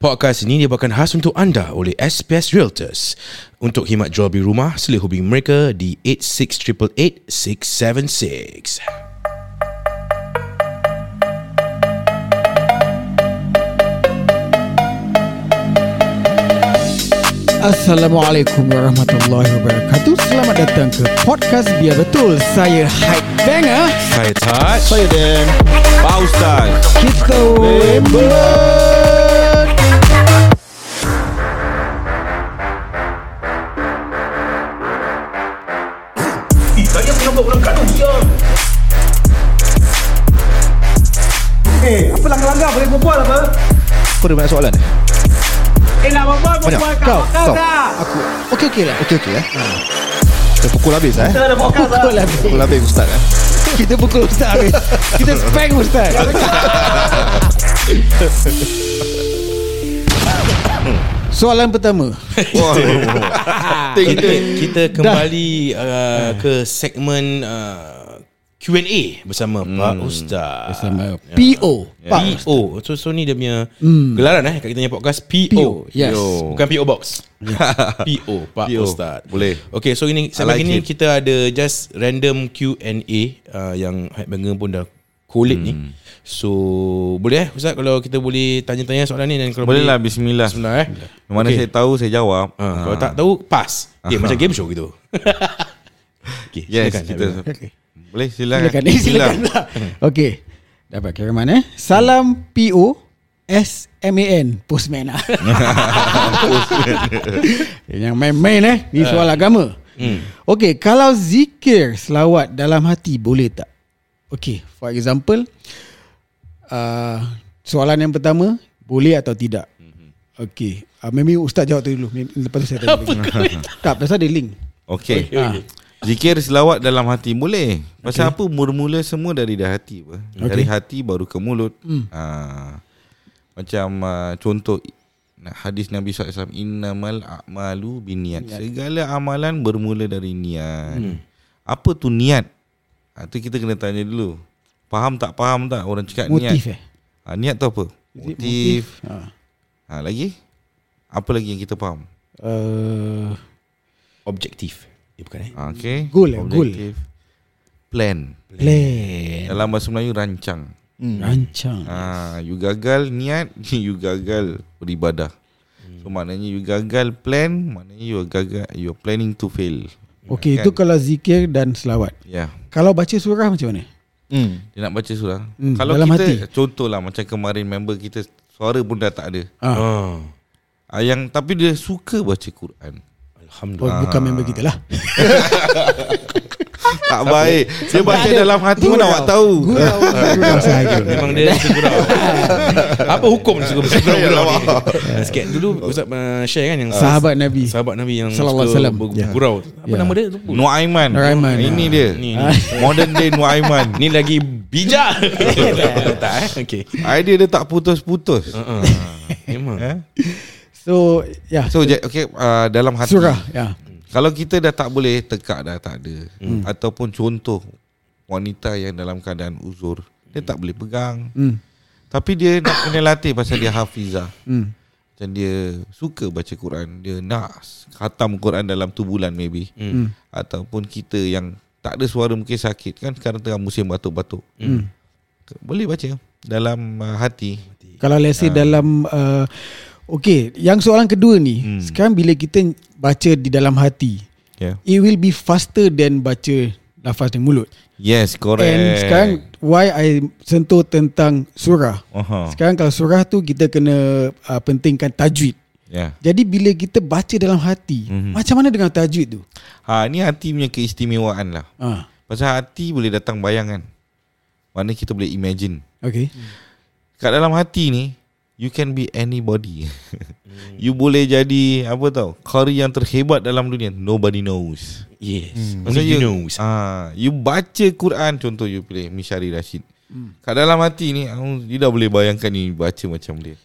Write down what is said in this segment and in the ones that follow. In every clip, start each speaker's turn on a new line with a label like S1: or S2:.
S1: Podcast ini dibawakan khas untuk anda oleh SPS Realtors. Untuk himat jual beli rumah, sila hubungi mereka di 86888676.
S2: Assalamualaikum warahmatullahi wabarakatuh Selamat datang ke podcast Biar Betul Saya Haid Banger
S1: Saya Taj.
S3: Saya Dan Pak Ustaz
S2: Kita
S3: Kau ada banyak soalan eh?
S4: Banyak
S3: Kau Kau
S2: Aku Okey okey lah
S3: Okey okey eh Kita pukul habis eh
S2: Pukul lah
S3: Pukul habis Ustaz eh
S2: Kita pukul Ustaz habis Kita spank Ustaz Soalan pertama
S3: Wah Ting
S1: Kita,
S3: ting
S1: kita kembali uh, ke segmen uh, Q&A bersama Pak Ustaz.
S2: Sama PO Pak
S1: PO. So, so ni dia punya gelaran eh kat kita punya podcast PO.
S2: PO, yes.
S1: PO. Bukan PO Box. PO Pak
S3: PO,
S1: Ustaz.
S3: boleh.
S1: Okay, so ini sampai
S3: like
S1: like ini
S3: it.
S1: kita ada just random Q&A uh, yang Hype Banger pun dah collate hmm. ni. So boleh eh Ustaz kalau kita boleh tanya-tanya soalan ni dan kalau
S5: Boleh lah bismillah.
S1: Bismillah eh.
S5: Yang mana
S1: Okey.
S5: okay. saya tahu saya jawab. Ah.
S1: Ha, kalau tak tahu pass. Okay,
S5: Aha.
S1: macam game show gitu. okay,
S5: yes
S1: silakan,
S5: kita.
S1: Hype Banger.
S5: Boleh silakan.
S2: Silakan eh, Silakan lah Okey Dapat kira mana eh? Salam PO S-M-A-N Postman lah Yang main-main eh
S5: Ah.
S2: Ni soal agama
S5: Hmm.
S2: Okey Kalau zikir Selawat dalam hati Boleh tak? Okey For example uh, Soalan yang pertama Boleh atau tidak?
S5: Hmm.
S2: Okey uh, Maybe Ustaz jawab tu dulu Maybe- Lepas tu saya tanya lagi. Tak pasal ada link
S5: Okey. Ha.
S2: Ah.
S5: Zikir selawat dalam hati boleh. Pasal okay. apa mula-mula semua dari dah hati apa? Okay. Dari hati baru ke mulut. Hmm. Ha, macam uh, contoh na- hadis Nabi SAW innamal a'malu binniat. Segala amalan bermula dari niat. Hmm. Apa tu niat? Ha, tu kita kena tanya dulu. Faham tak faham tak orang cakap niat?
S2: Motif eh
S5: Ha, niat tu apa?
S2: Is
S5: Motif.
S2: it
S5: motif.
S2: Ah.
S5: Ha, lagi? Apa lagi yang kita faham?
S2: uh,
S1: Objektif. Eh, bukan eh.
S5: Ha, okay.
S2: Goal lah, goal.
S5: Plan.
S2: plan
S5: Dalam bahasa Melayu rancang.
S2: rancang
S5: Ha, you gagal niat, you gagal beribadah. So maknanya you gagal plan, maknanya you are gagal you are planning to fail.
S2: Okey itu kalau zikir dan selawat
S5: Ya. Yeah.
S2: Kalau baca surah macam mana?
S5: Dia nak baca surah.
S2: Hmm,
S5: Hmm, Kalau
S2: dalam
S5: kita
S2: hati.
S5: contohlah macam kemarin member kita suara pun dah tak ada.
S2: Ah, oh,
S1: Ah.
S5: Ah, yang tapi dia suka baca Quran.
S1: Alhamdulillah.
S2: Oh, bukan member kita lah
S5: tak baik. Dia baca dalam hati mana awak tahu.
S2: Gurau Gurau sahaja
S1: Memang dia segurau Apa hukum dia segurau Segurau gurau ni Ah, Sikit dulu Ustaz uh, share kan yang
S2: Ya. Sahabat Nabi.
S1: Sahabat Nabi yang
S2: Sallallahu
S1: suka
S2: alaihi wasallam.
S1: ber-
S2: Ya.
S1: Gurau Apa
S2: Ya.
S1: nama dia? Lupa.
S5: Nuaiman.
S2: Nuaiman.
S5: Ini dia.
S1: Ni, ni.
S5: Modern day Nuaiman.
S1: Ni lagi bijak
S5: Eh,
S1: Tak eh Okay
S5: Idea dia tak putus-putus.
S1: Ah, ah. Memang
S5: Eh?
S2: So Ya
S5: So ja- okay uh, dalam hati.
S2: Surah ya.
S5: Kalau kita dah tak boleh tekak dah tak ada hmm. ataupun contoh wanita yang dalam keadaan uzur dia tak boleh pegang.
S2: Hmm.
S5: Tapi dia nak kena latih pasal dia hafizah.
S2: Hmm.
S5: Macam dia suka baca Quran, dia nak khatam Quran dalam tu bulan maybe. Hmm. Ataupun kita yang tak ada suara mungkin sakit kan sekarang tengah musim batuk-batuk. Hmm. Boleh baca dalam uh, hati.
S2: Kalau let's say dalam uh, Okey Yang soalan kedua ni hmm. Sekarang bila kita Baca di dalam hati
S5: Yeah.
S2: It will be faster than baca Lafaz dengan mulut
S5: Yes, correct.
S2: And sekarang Why I sentuh tentang surah
S5: Aha.
S2: Sekarang kalau surah tu Kita kena uh, Pentingkan tajwid
S5: Yeah.
S2: Jadi bila kita baca dalam hati
S5: Mhm.
S2: mm-hmm. Macam mana dengan tajwid tu?
S5: Ha ni hati punya keistimewaan lah.
S2: Ah,
S5: Pasal hati boleh datang bayangan. Mana kita boleh imagine.
S2: okay.
S5: Hmm. Kat dalam hati ni you can be anybody.
S3: Hmm.
S5: you boleh jadi apa tau? Qari yang terhebat dalam dunia. Nobody knows.
S1: Yes
S5: Pasal
S1: Only you know
S3: Hmm.
S5: Ah, you baca Quran contoh you play Mishari
S3: Hmm.
S5: Rashid. Kat dalam hati ni ah, you dah boleh bayangkan ni baca macam dia.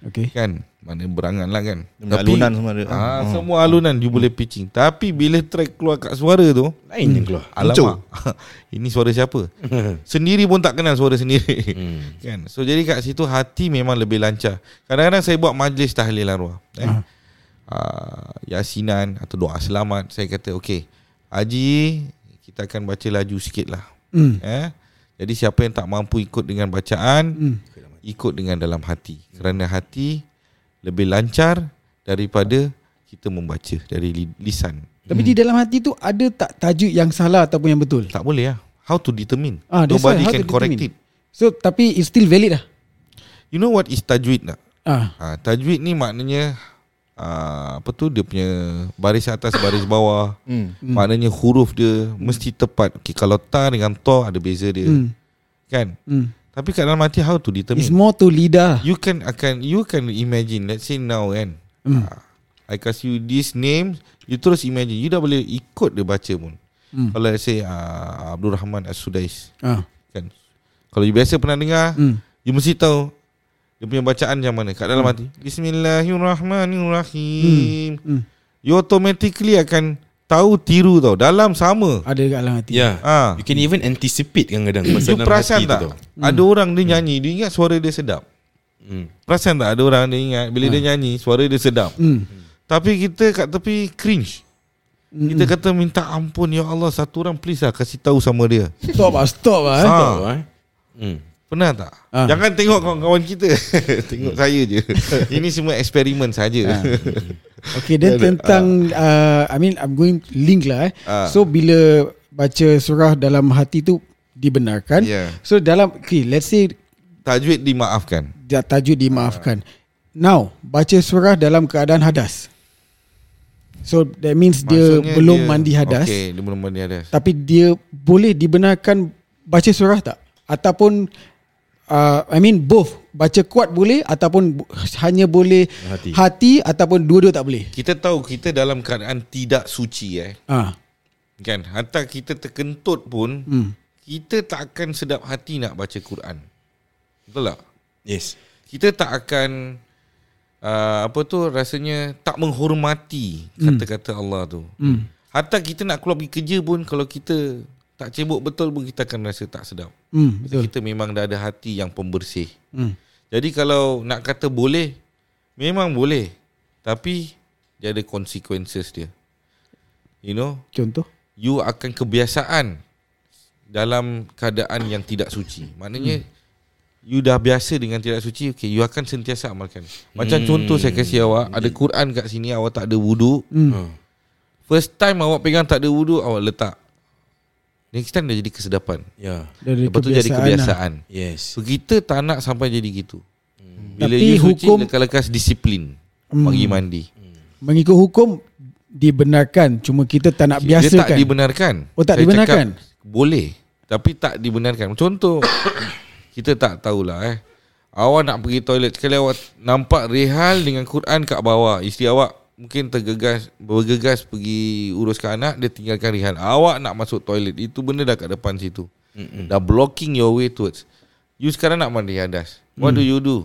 S2: Okay.
S5: Kan? Mana berangan lah kan
S3: Alunan semua Hmm. ada.
S5: ah, Semua alunan You boleh pitching Tapi bila track keluar kat suara tu
S1: Lain yang keluar
S5: Alamak Ini suara siapa Sendiri pun tak kenal suara sendiri kan? So jadi kat situ Hati memang lebih lancar Kadang-kadang saya buat majlis Tahlil arwah eh? uh, Yasinan Atau doa selamat Saya kata okay Haji Kita akan baca laju sikit lah
S2: Hmm.
S5: eh? Jadi siapa yang tak mampu Ikut dengan bacaan Ikut dengan dalam hati Kerana hati Lebih lancar Daripada Kita membaca Dari li- lisan
S2: Tapi di dalam hati tu ada tak tajuk yang salah ataupun yang betul?
S5: tak boleh lah How to determine
S2: Ah, that's
S5: Nobody
S2: why, how to
S5: can correct
S2: determine.
S5: it
S2: So tapi it's still valid lah.
S5: You know what is tajwid tak?
S2: Ah,
S5: Ha, tajwid ni maknanya uh, Apa tu Dia punya Baris atas baris bawah
S3: Hmm.
S5: Maknanya huruf dia Mesti tepat okay, Kalau ta dengan to Ada beza dia
S2: Hmm.
S5: Kan
S2: Hmm.
S5: Tapi kat dalam hati How to determine
S2: It's more to lidah. lah.
S5: You can akan You can imagine Let's say now kan
S2: Hmm.
S5: mm. I kasih you this name You terus imagine You dah boleh ikut dia baca pun
S2: Hmm.
S5: mm. Kalau let's say uh, Abdul Rahman As-Sudais
S2: Ah.
S5: Kan Kalau you biasa pernah dengar
S2: Hmm.
S5: hmm. You mesti tahu Dia punya bacaan macam mana Kat dalam hati Bismillahirrahmanirrahim
S2: Hmm.
S5: hmm. You automatically akan Tahu tiru tau Dalam sama
S2: Ada kat dalam hati.
S1: Ya
S5: Ah.
S1: You can even anticipate kadang-kadang Pasal
S5: You
S1: dalam
S5: Hmm. perasan
S1: hati
S5: tak
S1: tu Hmm. tau
S5: Ada
S2: Hmm.
S5: orang dia nyanyi Dia ingat suara dia sedap
S1: Hmm.
S5: Perasan tak ada orang dia ingat Bila dia nyanyi Suara dia sedap
S2: Hmm.
S5: Tapi kita kat tepi cringe
S2: Hmm.
S5: Kita kata minta ampun Ya Allah Satu orang please lah Kasih tahu sama dia
S2: Stop lah, stop lah. eh.
S5: Ah.
S1: Tahu, eh? Hmm.
S5: Pernah
S2: Ah.
S5: tak?
S2: Hmm.
S5: Ha. Jangan tengok kawan-kawan kita. tengok saya je. Ini semua eksperimen saja.
S2: Ah. Okay, then tentang uh, I mean I'm going link lah eh.
S5: Ah.
S2: So bila baca surah dalam hati tu dibenarkan.
S5: Yeah.
S2: So dalam okay, let's say
S5: Tajwid dimaafkan.
S2: da- tajwid dimaafkan. Now, baca surah dalam keadaan hadas. So that means dia
S5: Maksudnya
S2: belum mandi hadas.
S5: Okey, dia belum mandi hadas.
S2: Tapi dia boleh dibenarkan baca surah tak? Ataupun uh, I mean both baca kuat boleh ataupun bu- hanya boleh
S1: Hati.
S2: hati, hati ataupun dua-dua tak boleh.
S5: Kita tahu kita dalam keadaan tidak suci eh.
S2: Ah.
S5: Kan? Hatta kita terkentut pun hmm.
S2: Hmm.
S5: kita tak akan sedap hati nak baca Quran. Betul tak?
S1: Yes
S5: Kita tak akan uh, apa tu rasanya tak menghormati kata-kata Allah tu. Hmm. Hatta kita nak keluar pergi kerja pun kalau kita tak cebok betul pun kita akan rasa tak sedap.
S2: Hmm,
S5: Betul.
S2: betul.
S5: Kita memang dah ada hati yang pembersih.
S2: Hmm.
S5: Jadi kalau nak kata boleh, memang boleh. Tapi dia ada consequences dia. You know,
S2: Contoh.
S5: you akan kebiasaan dalam keadaan yang tidak suci. Maknanya hmm. you dah biasa dengan tidak suci, okay, you akan sentiasa amalkan. Macam hmm. contoh saya kasih awak, ada Quran kat sini awak tak ada wuduk.
S1: hmm.
S5: First time awak pegang tak ada wuduk, awak letak. Next time dah jadi kesedapan.
S1: Ya
S2: Dari
S5: Lepas tu jadi kebiasaan. Lah.
S1: Yes
S5: So kita tak nak sampai jadi gitu. Bila
S2: Tapi
S5: Tapi you suci
S2: hukum-
S5: hukum, lekas-lekas disiplin pagi mandi.
S2: Lah. Mengikut hukum dibenarkan. Cuma kita tak nak
S5: Dia tak
S2: biasakan.
S5: dibenarkan.
S2: Oh, tak dibenarkan?
S5: Cakap, boleh. Tapi tak dibenarkan. Contoh kita tak tahulah eh. Awak nak pergi toilet sekali awak nampak Rehal dengan Quran kat bawah. Isteri awak mungkin tergegas bergegas pergi uruskan anak dia tinggalkan Rehal. Awak nak masuk toilet itu benda dah kat depan situ. Mm-mm. Dah blocking your way towards. You sekarang nak mandi hadas.
S2: Hmm.
S5: What mm. do you do?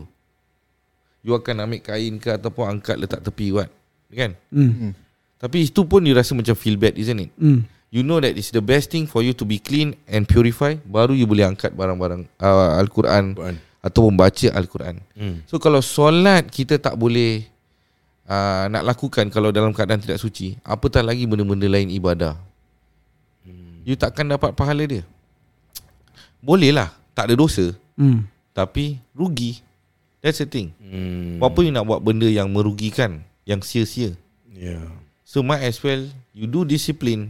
S5: You akan ambil kain ke ataupun angkat letak tepi what? Kan?
S2: Hmm.
S5: Tapi itu pun you rasa macam feel bad isn't it?
S2: Hmm.
S5: You know that it's the best thing for you to be clean and purify baru you boleh angkat barang-barang uh, al-Quran
S1: Quran.
S5: atau membaca al-Quran.
S1: Hmm.
S5: So kalau solat kita tak boleh uh, nak lakukan kalau dalam keadaan tidak suci, apatah lagi benda-benda lain ibadah.
S2: Hmm.
S5: You takkan dapat pahala dia. Boleh lah, tak ada dosa
S2: Hmm.
S5: tapi rugi. That's the thing.
S1: Hmm.
S5: Apa you nak buat benda yang merugikan, yang sia-sia.
S1: Ya
S5: So might as well you do discipline.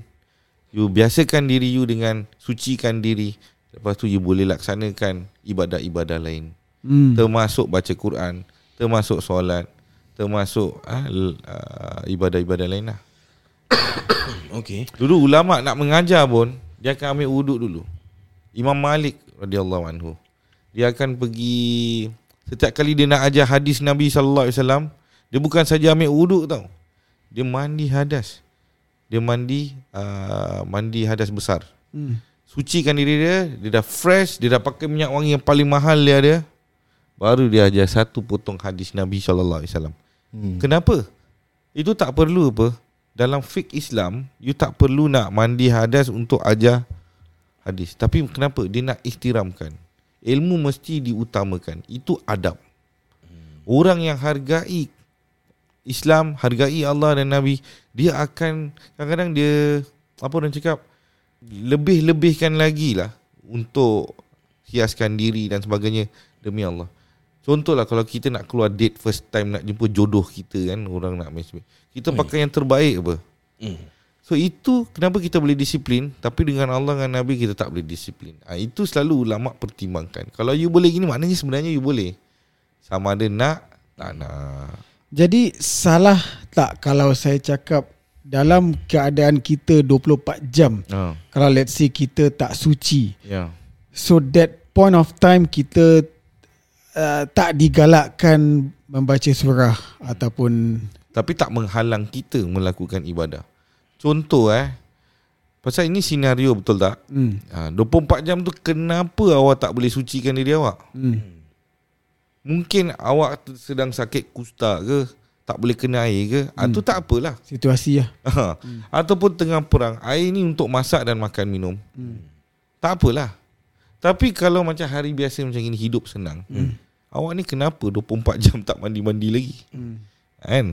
S5: You biasakan diri you dengan sucikan diri. Lepas tu you boleh laksanakan ibadah-ibadah lain.
S2: Hmm.
S5: Termasuk baca Quran, termasuk solat, termasuk ah, l- ah, ibadah-ibadah lain lah.
S1: Okay
S5: Dulu ulama nak mengajar pun dia akan ambil wuduk dulu. Imam Malik radhiyallahu anhu. Dia akan pergi setiap kali dia nak ajar hadis Nabi sallallahu alaihi wasallam, dia bukan saja ambil wuduk tau. Dia mandi hadas. Dia mandi uh, mandi hadas besar.
S2: Hmm.
S5: Sucikan diri dia, dia dah fresh, dia dah pakai minyak wangi yang paling mahal dia ada. baru dia ajar satu potong hadis Nabi sallallahu alaihi wasallam. Kenapa? Itu tak perlu apa? Dalam fiqh Islam, you tak perlu nak mandi hadas untuk ajar hadis. Tapi kenapa? Dia nak ihtiramkan. Ilmu mesti diutamakan. Itu adab. Orang yang hargai Islam, hargai Allah dan Nabi, dia akan kadang-kadang dia apa orang cakap lebih-lebihkan lagi lah untuk hiaskan diri dan sebagainya demi Allah. Contohlah kalau kita nak keluar date first time nak jumpa jodoh kita kan orang nak matchmake. Kita pakai yang terbaik apa? So itu kenapa kita boleh disiplin tapi dengan Allah dengan Nabi kita tak boleh disiplin. Ha, itu selalu ulama pertimbangkan. Kalau you boleh gini maknanya sebenarnya you boleh. Sama ada nak tak nak.
S2: Jadi salah tak kalau saya cakap dalam keadaan kita 24 jam
S5: Ha.
S2: kalau let's say kita tak suci
S5: Ya.
S2: so that point of time kita uh, tak digalakkan membaca surah ataupun
S5: Tapi tak menghalang kita melakukan ibadah. Contoh eh. Pasal ini senario betul tak?
S2: hmm,
S5: Ha, 24 jam tu kenapa awak tak boleh sucikan diri awak?
S2: hmm.
S5: Mungkin awak tu sedang sakit kusta ke, tak boleh kena air ke, hmm. itu tak apalah.
S2: situasi lah
S5: hmm. Ataupun tengah perang, air ni untuk masak dan makan minum. Hmm. Tak apalah. Tapi kalau macam hari biasa macam ini hidup senang. Hmm. Awak ni kenapa 24 jam tak mandi-mandi lagi? Hmm. Kan?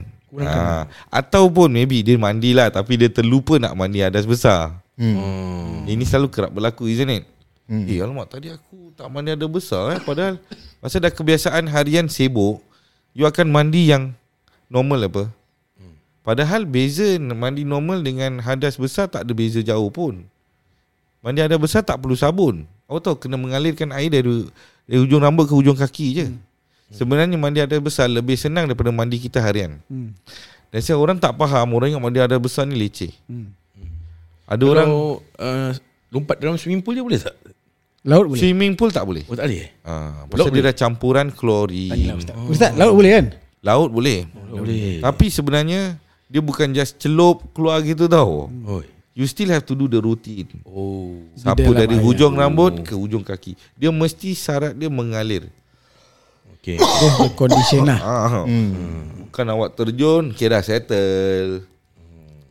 S5: Ha. Ataupun maybe dia mandilah tapi dia terlupa nak mandi hadas besar.
S1: Oh.
S5: Hmm. Ini selalu kerap berlaku isn't it? Hmm. Eh alamak tadi aku tak mandi ada besar eh padahal masa dah kebiasaan harian sibuk you akan mandi yang normal apa? Hmm. Padahal beza mandi normal dengan hadas besar tak ada beza jauh pun. Mandi hadas besar tak perlu sabun. Awak tahu kena mengalirkan air dari, dari hujung rambut ke hujung kaki je. Hmm. Sebenarnya mandi hadas besar lebih senang daripada mandi kita harian.
S2: Hmm.
S5: Dan saya orang tak faham orang yang mandi hadas besar ni leceh.
S2: Hmm.
S5: Ada
S1: Kalau
S5: orang
S1: uh, lompat dalam swimming pool dia boleh tak?
S2: laut boleh
S5: swimming pool tak boleh.
S1: Oh tak boleh eh?
S5: Ah,
S1: Laut
S5: pasal dia dah campuran klorin.
S2: ustaz laut boleh kan
S5: Laut boleh.
S1: Boleh.
S5: Tapi sebenarnya dia bukan just celup keluar gitu tau.
S1: Oi.
S5: You still have to do the routine.
S1: Oh.
S5: Sapu
S2: dalam
S5: dari
S2: air.
S5: hujung rambut ke hujung kaki. Dia mesti syarat dia mengalir.
S1: Okay.
S2: Dia condition lah
S5: Ah. Hmm. Bukan awak terjun, kira settle.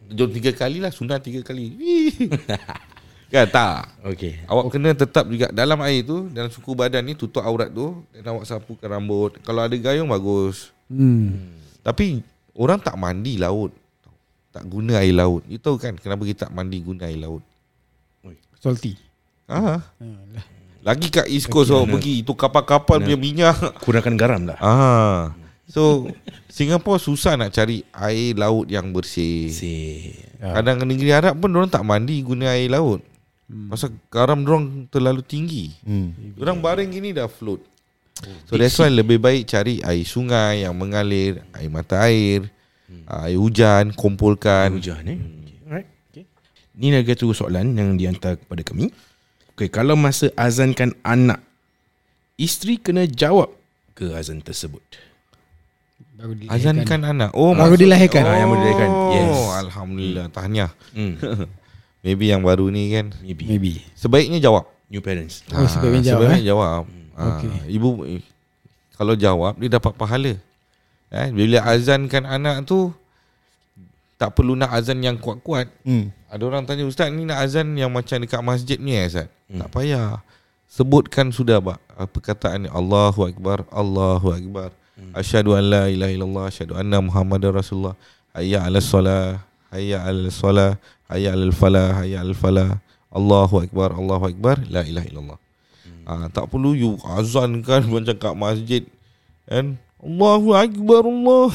S5: Terjun tiga kali lah, sunat tiga kali. Wih. kan tak.
S1: Okay.
S5: Awak kena tetap juga dalam air tu, dalam suku badan ni tutup aurat tu dan awak sapukan rambut. Kalau ada gayung bagus.
S2: hmm.
S5: Tapi orang tak mandi laut. Tak guna air laut. You tahu kan kenapa kita tak mandi guna air laut?
S2: salty
S5: Ah. Lagi kat East Coast awak pergi itu kapal-kapal punya minyak.
S1: Kurangkan garam lah.
S5: Ah. So Singapore susah nak cari air laut yang bersih.
S1: Si. ya.
S5: Kadang negeri Arab pun orang tak mandi guna air laut. Pasal garam orang terlalu tinggi. Orang baring gini dah float. So that's why lebih baik cari air sungai yang mengalir, air mata air, air hujan,
S1: Hmm.
S5: kumpulkan.
S1: Hujan eh. Alright. Okay. Ni lagi satu soalan yang dihantar kepada kami. Okay, kalau masa azankan anak, isteri kena jawab ke azan tersebut.
S2: baru dilahirkan.
S5: Azankan anak. Oh,
S2: Baru
S5: maksud-
S2: dilahirkan.
S1: Ah, yang baru dilahirkan. Yes.
S5: Oh, alhamdulillah. Tahniah.
S1: Hmm.
S5: Maybe yang baru ni kan.
S1: Maybe.
S2: maybe
S5: Sebaiknya jawab.
S1: New parents.
S2: oh sebab
S5: Ah,
S2: jawab
S5: sebenarnya
S2: eh
S5: jawab.
S1: Hmm.
S5: Ah, Ibu eh, kalau jawab dia dapat pahala. Eh, bila azankan anak tu tak perlu nak azan yang kuat-kuat.
S3: Hmm.
S5: Ada orang tanya ustaz ni nak azan yang macam dekat masjid ni eh ustaz. Tak payah. Sebutkan sudah bak ah, perkataan ni Allahu akbar, Allahu akbar. Asyhadu an la ilaha illallah, asyhadu anna Muhammadar Rasulullah. Hayya 'alas salah, hayya 'alas salah, hayya 'alal falah, hayya 'alal falah. Allahu akbar, Allahu akbar, la ilaha illallah. Ah, tak perlu you azankan macam kat masjid kan. Allahu akbar Allah.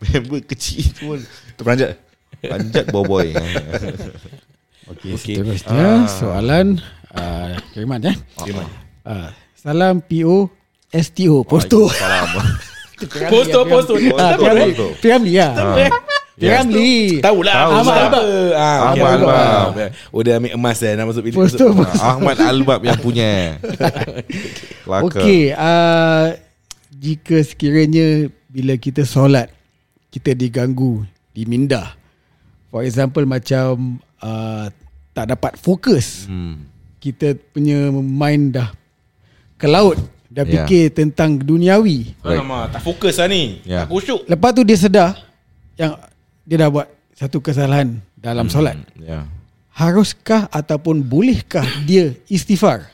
S5: Member kecil tu pun
S3: Terperanjat
S5: panjat boboy. eh.
S2: Okay,
S1: Ah.
S2: seterusnya Ya, soalan uh, kiriman ya. Kiriman. Uh, salam PO STO Posto.
S1: Posto, ya. posto.
S2: Ah, Piramli. Piramli ya. Piramli.
S1: Tahu lah.
S5: Tahu,
S1: Ahmad
S5: tahu.
S1: Albab. Ah, okay,
S5: Ahmad
S1: Ahmad
S5: Albab. Ah,
S1: Albab. Oh, dia ambil emas eh. Nak masuk bilik.
S2: Posto.
S1: Masuk-
S2: posto.
S5: Ahmad Albab yang punya. Kelakar.
S2: Okey, uh, jika sekiranya bila kita solat kita diganggu, diminda. For example macam uh, tak dapat fokus.
S5: Hmm.
S2: Kita punya mind dah ke laut. Dah
S5: Ya.
S2: fikir tentang duniawi
S1: Alamak, tak fokus lah ni.
S5: Ya.
S1: Tak khusyuk.
S2: Lepas tu dia sedar Yang dia dah buat Satu kesalahan Dalam solat
S5: Ya.
S2: Haruskah ataupun bolehkah Dia istighfar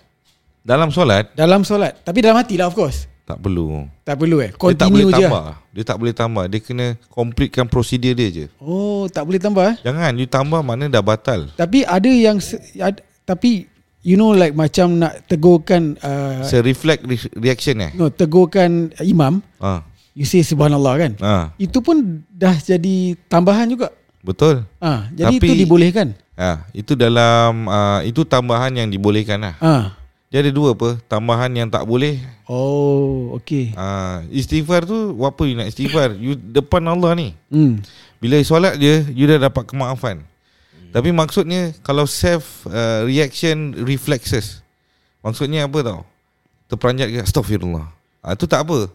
S5: Dalam solat
S2: Dalam solat Tapi dalam hati lah of course
S5: tak perlu.
S2: Tak perlu eh
S5: Dia tak boleh
S2: Continue je
S5: tambah. Dia tak boleh tambah. Dia kena completekan prosedur dia je.
S2: Oh tak boleh tambah eh
S5: Jangan you tambah mana dah batal.
S2: Tapi ada yang se- ad, Tapi You know like macam nak tegurkan uh,
S5: So reflect re- reaction eh.
S2: No tegurkan imam
S5: Ha.
S2: You say subhanallah kan
S5: Ha.
S2: Itu pun dah jadi tambahan juga
S5: Betul.
S2: ha, Jadi
S5: Tapi-
S2: itu dibolehkan
S5: Ha, itu dalam uh, itu tambahan yang dibolehkan lah.
S2: ha.
S5: Dia ada dua apa? Tambahan yang tak boleh.
S2: Oh okay
S5: Uh, istighfar tu apa you nak istighfar? You depan Allah ni.
S2: hmm.
S5: Bila you solat je you dah dapat kemaafan.
S1: Hmm.
S5: Tapi maksudnya kalau self uh, reaction reflexes. Maksudnya apa tau? Terperanjat ke astagfirullah. Ah tu tak apa.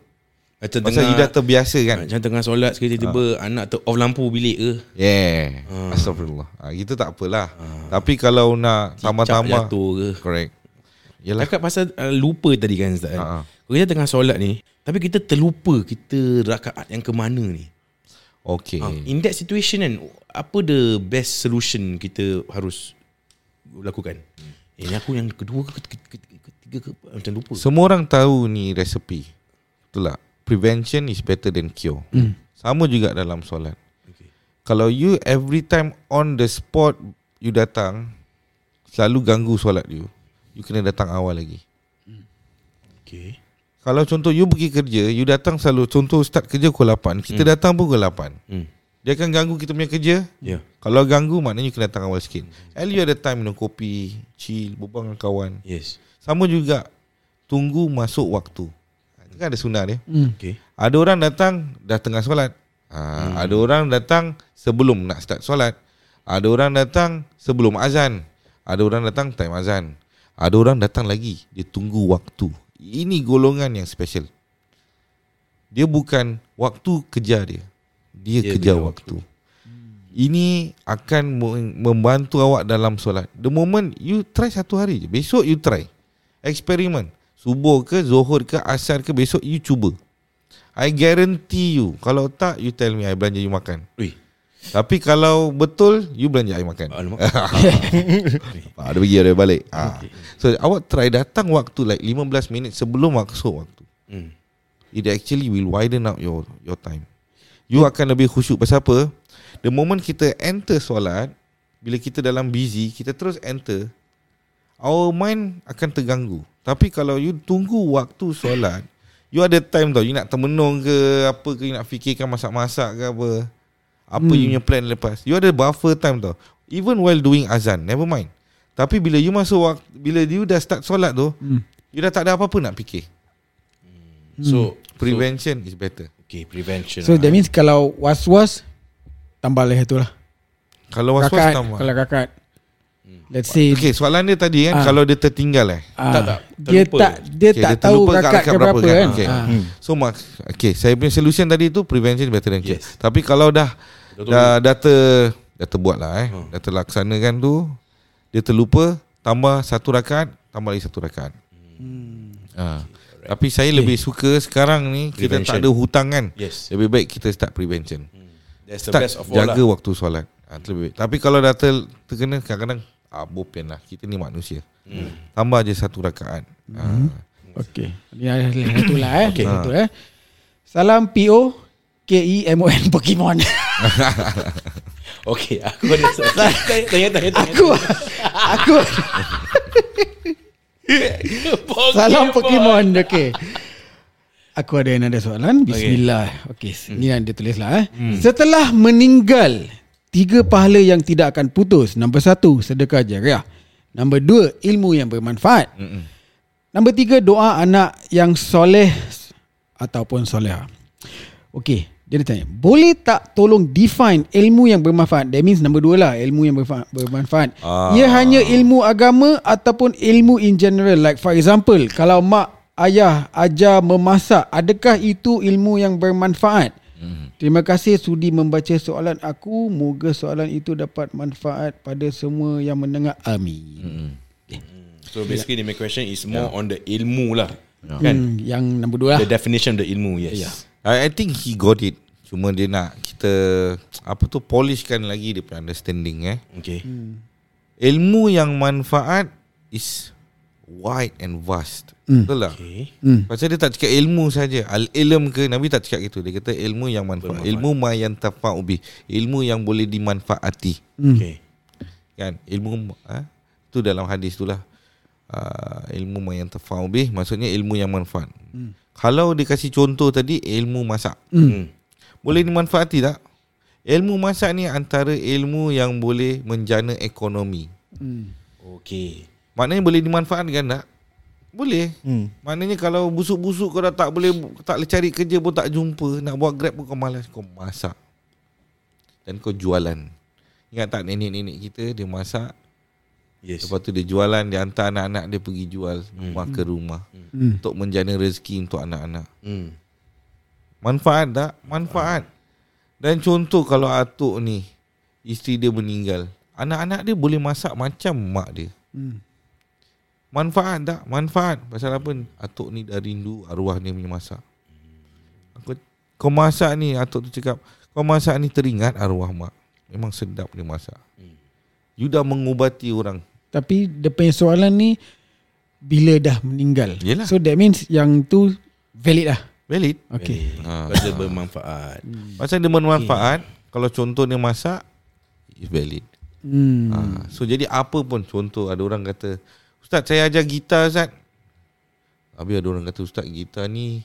S1: Macam
S5: Pasal you dah terbiasa kan.
S1: Macam tengah solat sekali tiba-tiba anak tu off lampu bilik ke.
S5: Yeah.
S1: Hmm.
S5: Astagfirullah. Ah kita tak apalah. Tapi kalau nak
S1: Cap
S5: tambah-tambah
S1: Hmm. jatuh ke.
S5: correct. Yalah.
S1: Cakap pasal uh, lupa tadi kan Ustaz. uh
S5: Ha,
S1: Kalau kita tengah solat ni, tapi kita terlupa kita rakaat yang ke mana ni.
S5: Okay.
S1: Ha, in that situation kan, apa the best solution kita harus lakukan? Eh, ni aku yang kedua ke ketiga ke, ke, ketiga ke, macam lupa. So,
S5: Semua orang tahu ni resepi. Betul tak? Prevention is better than cure. Mm. Sama juga dalam solat.
S1: Okay.
S5: Kalau you every time on the spot you datang selalu ganggu solat you, you kena datang awal lagi.
S1: okay.
S5: Kalau contoh you pergi kerja, you datang selalu contoh start kerja pukul 8, kita mm. datang pukul 8.
S1: Hmm.
S5: Dia akan ganggu kita punya kerja.
S1: Ya. Yeah.
S5: Kalau ganggu maknanya you kena datang awal sikit. At least you ada time minum kopi, chill, berbual dengan kawan.
S1: Yes.
S5: Sama juga tunggu masuk waktu. Itu kan ada sunnah dia.
S1: Okay.
S5: Ada orang datang dah tengah solat. Ha, hmm. Ada orang datang sebelum nak start solat. Ada orang datang sebelum azan. Ada orang datang time azan. Ada orang datang lagi. Dia tunggu waktu. Ini golongan yang special. Dia bukan waktu kejar dia. Dia,
S1: Dia
S5: kejar
S1: kejar
S5: waktu. Hmm. Ini akan mem- membantu awak dalam solat. The moment you try satu hari je. Besok you try. Eksperimen. Subuh ke, zuhur ke, asar ke, besok you cuba. I guarantee you. Kalau tak, you tell me I belanja you makan.
S1: Ui.
S5: Tapi kalau betul, you belanja I makan.
S1: Alamak. Hmm.
S5: Ah, Ada pergi, ada balik. Ah. So, awak try datang waktu like 15 minit sebelum masuk waktu.
S1: Hmm.
S5: It actually will widen out your your time. You akan lebih khusyuk. Pasal apa? The moment kita enter solat, bila kita dalam busy, kita terus enter, our mind akan terganggu. Tapi kalau you tunggu waktu solat, you ada time tau. You nak termenung ke, apa ke, you nak fikirkan masak-masak ke apa. Apa hmm. you punya plan lepas. You ada buffer time tau. Even while doing azan, never mind. Tapi bila you masuk waktu, bila you dah start solat tu, hmm. you dah tak ada apa-apa nak fikir.
S1: So,
S5: Prevention is better.
S1: okay, prevention. lah.
S2: So that means kalau was-was Tambah lah tu lah
S5: Kalau was-was
S2: Rakaat
S5: tambah.
S2: Kalau rakaat Let's say
S5: Okey, soalan dia tadi
S2: Ah.
S5: kan kalau dia tertinggal eh.
S2: ah,
S1: Hmm. Tak, tak.
S2: Dia
S1: Terlupa. Hmm.
S2: tak Dia
S5: Okey,
S2: tak
S5: dia
S2: tahu
S5: terlupa kat
S2: rakaat ke berapa kan,
S5: Okey.
S2: Ah.
S5: So mak okey, saya punya solution tadi tu prevention is better than cure.
S1: Yes.
S5: Tapi kalau dah
S1: Dah Hmm. tahu.
S5: dah, dah ter dah terbuat lah eh. Dah terlaksanakan tu dia terlupa tambah satu rakaat, tambah lagi satu rakaat.
S1: Hmm.
S5: Ah. Tapi saya lebih suka sekarang ni kita tak
S1: Prevention.
S5: ada hutang kan.
S1: Yes.
S5: Lebih baik kita start prevention.
S1: That's the
S5: Start
S1: best of all
S5: jaga
S1: lah.
S5: waktu solat. Ha, tu lebih baik. Tapi kalau dah ter, terkena kadang-kadang ah, bopian lah. Kita ni manusia. Hmm. Tambah je satu rakaat. Ha.
S2: Okay Ni ada satu lah eh
S1: Okey.
S2: Satu eh Salam PO E K-E-M-O-N Pokemon
S1: Okay, aku ada saya tanya tanya tanya.
S2: Aku Aku Salam Pokemon Okay Aku ada another soalan Bismillah Okay, okay. ni yang dia tulis lah eh. Setelah meninggal Tiga pahala yang tidak akan putus Nombor satu Sedekah jariah Nombor dua Ilmu yang bermanfaat
S5: Mm-mm.
S2: Nombor tiga Doa anak yang soleh Ataupun soleha Okay dia dia tanya Boleh tak tolong define ilmu yang bermanfaat That means number dua lah Ilmu yang berfa- bermanfaat ah. Ia hanya ilmu agama Ataupun ilmu in general Like for example Kalau mak, ayah ajar memasak Adakah itu ilmu yang bermanfaat? Terima kasih sudi membaca soalan aku Moga soalan itu dapat manfaat Pada semua yang mendengar Amin
S1: So basically the main question is more on the ilmu lah. Kan?
S2: Hmm, yang nombor dua lah.
S1: The definition of the ilmu, yes. Yeah.
S5: Ah, I, I think he got it. Cuma dia nak kita apa tu polishkan lagi dia punya understanding eh.
S1: Okay.
S5: Ilmu yang manfaat is wide and vast. Mm. Betul tak? Okay.
S1: Okay.
S5: Mm. Pasal dia tak cakap ilmu saja. Al-ilm ke Nabi tak cakap gitu. Dia kata ilmu yang manfaat.
S1: Bermanfaat.
S5: Ilmu ma yang tafa'u bih. Ilmu yang boleh dimanfaati.
S1: Okay.
S5: Kan? Ilmu ha? tu dalam hadis tu lah. Uh, ilmu ma yang tafa'u bih maksudnya ilmu yang manfaat. Mm. Kalau dikasih contoh tadi ilmu masak.
S1: Hmm.
S5: Boleh dimanfaati tak? Ilmu masak ni antara ilmu yang boleh menjana ekonomi.
S1: Okay.
S5: Maknanya boleh dimanfaatkan tak? Boleh.
S3: Hmm.
S5: Maknanya kalau busuk-busuk kau dah tak boleh tak boleh cari kerja pun tak jumpa, nak buat Grab pun kau malas, kau masak. Dan kau jualan. Ingat tak nenek-nenek kita dia masak,
S1: Yes.
S5: lepas tu dia jualan, dia hantar anak-anak dia pergi jual rumah ke rumah
S2: Hmm.
S5: untuk menjana rezeki untuk anak-anak.
S1: Hmm.
S5: Manfaat tak? Manfaat. Dan contoh kalau atuk ni isteri dia meninggal, anak-anak dia boleh masak macam mak dia.
S2: Hmm.
S5: Manfaat tak? Manfaat. Pasal apa? Atuk ni dah rindu arwah dia punya masak. Aku kau masak ni atuk tu cakap, kau masak ni teringat arwah mak. Memang sedap dia masak. You dah mengubati orang.
S2: Tapi dia punya soalan ni bila dah meninggal.
S5: Yelah.
S2: So that means yang tu valid lah.
S5: Valid.
S2: Okay.
S5: Ah.
S1: Kerja bermanfaat.
S2: Hmm.
S5: Pasal dia bermanfaat, kalau contoh dia masak, it's valid.
S2: Hmm.
S5: Ha, so jadi apa pun contoh ada orang kata Ustaz saya ajar gitar Ustaz Habis ada orang kata Ustaz gitar ni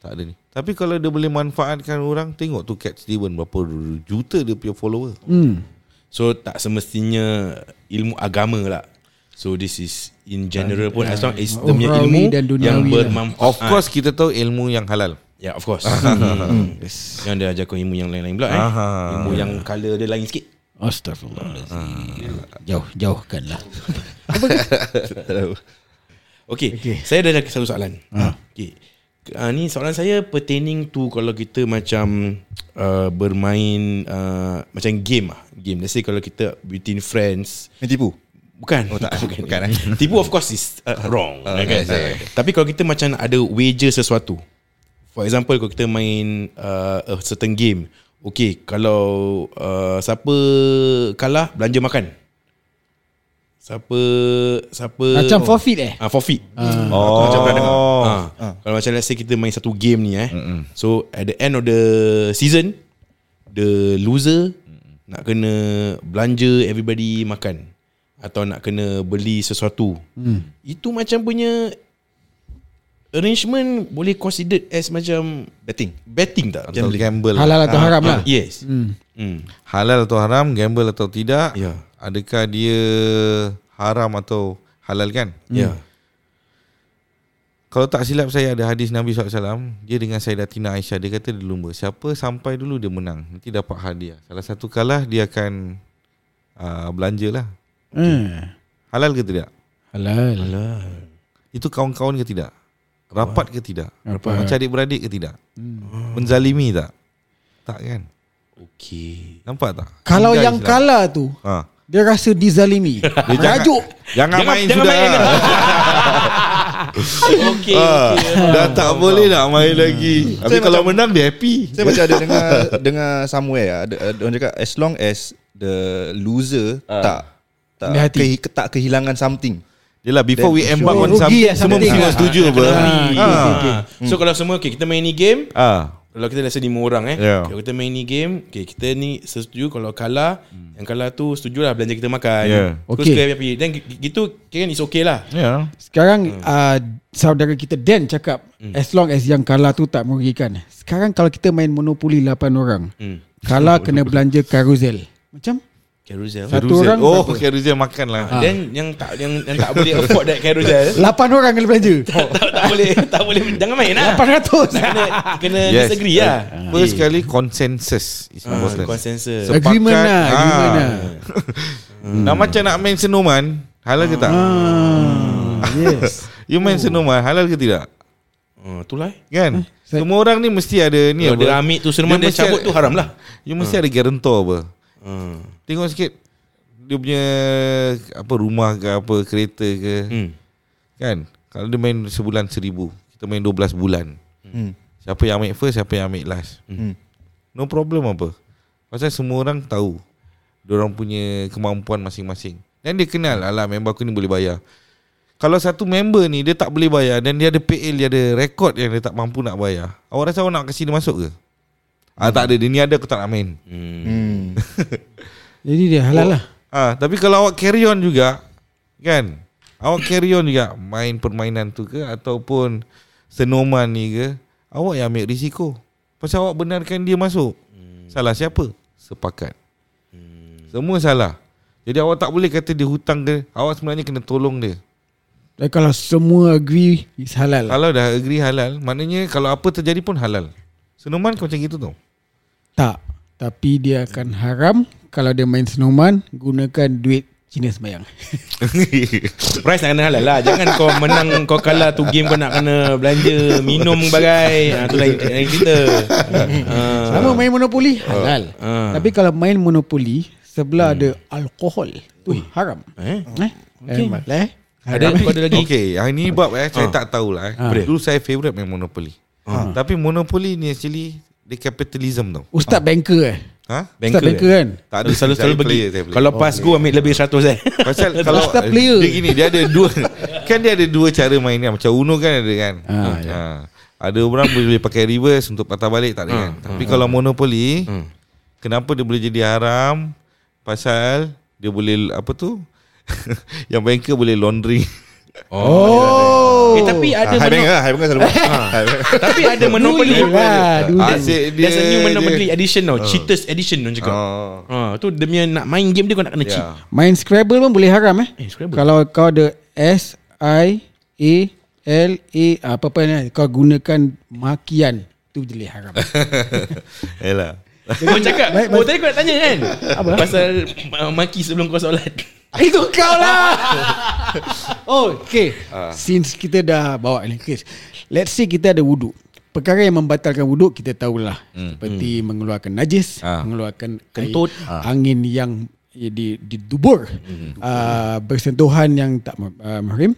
S5: tak ada ni Tapi kalau dia boleh manfaatkan orang Tengok tu Cat Steven berapa juta dia punya follower
S2: Hmm.
S1: So tak semestinya ilmu agama lah. So this is in general pun as long as dia punya
S2: Ukhrawi
S1: ilmu
S2: dan duniawi
S1: yang
S2: lah.
S1: bermanfaat.
S5: Of course kita tahu ilmu yang halal
S1: Ya yeah, of course. hmm. Yang dia ajar kau ilmu yang lain-lain pula eh.
S5: Aha.
S1: Ilmu yang colour dia lain sikit.
S2: Astagfirullah. Jauh, lah. jauhkanlah.
S5: Oh.
S1: Tak tahu. Okay. okay. Saya dah ada satu soalan. Ha. Okay. Uh, ni soalan saya pertaining to kalau kita macam uh, bermain uh, macam game lah. Game. Let's say kalau kita between friends.
S3: Main tipu
S1: Bukan. Oh, tak, bukan. bukan Tipu of course is uh, wrong. Uh, kan? Tapi kalau kita macam ada wager sesuatu. For example kalau kita main uh, a certain game. Okay, kalau uh, siapa kalah belanja makan. Siapa siapa
S2: Macam forfeit eh?
S1: Ah forfeit.
S5: Oh.
S1: Macam pernah dengar. Ah. Kalau macam let's say kita main satu game ni eh. So at the end of the season the loser nak kena belanja everybody makan atau nak kena beli sesuatu. Itu macam punya arrangement boleh considered as macam
S3: Betting
S1: betting tak?
S5: Atau
S1: Macam
S5: gamble
S2: Halal atau haram
S5: Ah,
S2: lah.
S1: Yes. Hmm. Hmm.
S5: Halal atau haram Gamble atau tidak
S1: Ya.
S5: Adakah dia haram atau halal kan
S1: Ya.
S5: Kalau tak silap saya ada hadis Nabi SAW Dia dengan Sayyidatina Aisyah Dia kata dia lumba Siapa sampai dulu dia menang Nanti dapat hadiah Salah satu kalah dia akan uh, Belanja lah
S2: Hmm.
S5: Halal ke tidak?
S2: Halal.
S1: Alah.
S5: Itu kawan-kawan ke tidak? Rapat ke tidak?
S2: Rapat.
S5: Macam adik-beradik ke tidak? Menzalimi tak? Tak kan?
S1: Okay.
S5: Nampak tak?
S2: Kalau
S5: Hingga
S2: yang
S5: Islam.
S2: kalah tu,
S5: ha.
S2: dia rasa dizalimi.
S5: Dia jangan,
S2: Merajuk.
S5: jangan,
S1: Jangan-
S5: main
S1: jangan
S5: sudah
S1: main.
S5: lah.
S1: Okay.
S5: Ah, Dah tak boleh nak main lagi Tapi
S3: Saya
S5: kalau
S3: macam-
S5: menang dia happy
S3: Saya macam ada dengar Dengar somewhere lah. ada, ada Orang cakap As long as The loser
S5: Ah.
S3: Tak tak,
S2: Dia hati.
S3: ke, tak kehilangan something
S5: Yelah before we
S3: Then
S5: embark
S2: sure.
S5: on
S2: Rugi
S5: something
S2: lah
S5: Semua
S2: something
S5: mesti
S2: lah.
S5: setuju apa
S1: Ah. So kalau semua okay, kita main ni game,
S5: Ah,
S1: kalau kita rasa lima orang eh.
S5: Ya.
S1: Yeah. Kalau kita main ni game, okay, kita ni setuju kalau kalah, hmm. yang kalah tu setujulah belanja kita makan.
S5: Ya.
S1: Terus
S2: Okay.
S1: okay. happy. Then g- gitu kira is okay lah.
S5: ya.
S2: Sekarang uh, saudara kita Dan cakap
S5: Hmm.
S2: as long as yang kalah tu tak merugikan. Sekarang kalau kita main monopoli 8 orang,
S1: Hmm.
S2: kalah kena belanja karusel. Macam
S1: Carousel.
S2: Satu
S5: Carousel.
S2: orang
S5: Oh,
S2: berapa?
S5: carousel makan lah.
S1: Ah. Then yang tak yang, yang tak boleh afford that carousel
S2: 8 orang kena belanja.
S1: tak, tak boleh tak boleh jangan main lah.
S2: 800.
S1: Kena kena yes. disagree lah.
S5: First sekali consensus is
S1: Ah,
S5: important.
S1: consensus.
S5: Sepakat.
S2: Agreement lah,
S5: Ah.
S2: agreement lah.
S5: Nah macam Hmm. nak main senuman, halal ke tak?
S2: Ah. Yes.
S5: You main senuman, halal ke tidak?
S1: Ah, tu lah. eh.
S5: Kan? Semua orang ni mesti ada ni
S1: Kalau dia
S5: apa?
S1: ambil tu senaman dia,
S5: mesti
S1: cabut
S5: ada-
S1: tu haram lah.
S5: You mesti ada guarantor apa?
S1: Ah.
S5: Tengok sikit dia punya apa rumah ke apa kereta ke
S1: Hmm.
S5: kan? Kalau dia main sebulan seribu, Kita main 12 bulan
S3: Hmm.
S5: Siapa yang ambil first Siapa yang ambil last
S3: Hmm.
S5: No problem apa Pasal semua orang tahu Diorang punya kemampuan masing-masing Dan dia kenal Alah member aku ni boleh bayar Kalau satu member ni Dia tak boleh bayar Dan dia ada PL Dia ada rekod yang dia tak mampu nak bayar Awak rasa awak nak kasi dia masuk ke? Ah, tak ada Dia ni ada aku tak nak main
S3: Hmm.
S2: Jadi dia halal lah
S5: Ah, tapi kalau awak carry on juga, kan? Awak carry on juga main permainan tu ke ataupun senoman ni ke, awak yang ambil risiko. Pasal awak benarkan dia masuk. Salah siapa? Sepakat. Semua salah. Jadi awak tak boleh kata dia hutang ke, awak sebenarnya kena tolong dia.
S2: Dan kalau semua agree It's halal lah
S5: Kalau dah agree halal, maknanya kalau apa terjadi pun halal. Senoman ke macam gitu tu.
S2: Tak Tapi dia akan haram Kalau dia main snowman Gunakan duit Cina sembayang
S1: Price nak kena halal lah Jangan kau menang Kau kalah tu game Kau nak kena belanja Minum bagai ha, tu lain, lain cerita ha.
S2: Sama main monopoli Halal Tapi kalau main monopoli Sebelah ada alkohol Tu haram
S1: Eh?
S2: Eh? Okay. Eh?
S1: Ada kau ada lagi okay.
S5: Okay, yang ni bab eh saya tak tahulah eh. Dulu saya favorite main Monopoly. Ah. Tapi Monopoly ni actually dia capitalism tau.
S2: Ustaz banker eh
S5: Ha?
S2: Ustaz banker kan
S5: Tak
S1: Ada selalu selalu
S5: saya
S1: bagi.
S5: player, saya player.
S1: Kalau pas go ambil lebih 100 eh.
S5: pasal kalau
S2: Ustaz player.
S5: dia gini dia ada dua kan dia ada dua cara main kan macam Uno kan ada kan. Ha. Ada orang boleh pakai reverse untuk patah balik tak ada kan. Tapi kalau Monopoly kenapa dia boleh jadi haram? Pasal dia boleh apa tu? yang banker boleh laundry.
S2: Oh.
S1: eh tapi
S3: Ah,
S1: ada
S3: high bank
S1: mono-
S3: lah High bank lah selalu
S5: Ah,
S3: High bank.
S1: tapi ada monopoli.
S2: Duit lah duit.
S5: Asyik dia
S1: There's a new
S5: dia-
S1: monopoly edition tau. Cheaters edition orang cakap.
S5: Oh.
S1: Ha, tu demi nak main game dia kau nak kena cheat.
S5: Ya.
S2: Main Scrabble pun boleh haram eh.
S1: Eh, Scrabble.
S2: Kalau kau ada S I A L A apa apa ni kau gunakan makian tu boleh haram.
S5: Yalah.
S1: Kau cakap Oh tadi kau nak tanya kan Pasal uh, Maki sebelum kau solat
S2: Itu kau lah. oh, okay. Since kita dah bawa ni kes. Let's say kita ada wuduk. Perkara yang membatalkan wuduk kita tahulah. Seperti mengeluarkan najis,
S5: Ah.
S2: mengeluarkan air,
S1: Kentut.
S2: angin yang di didubur, uh, bersentuhan yang tak ma- uh, mahrim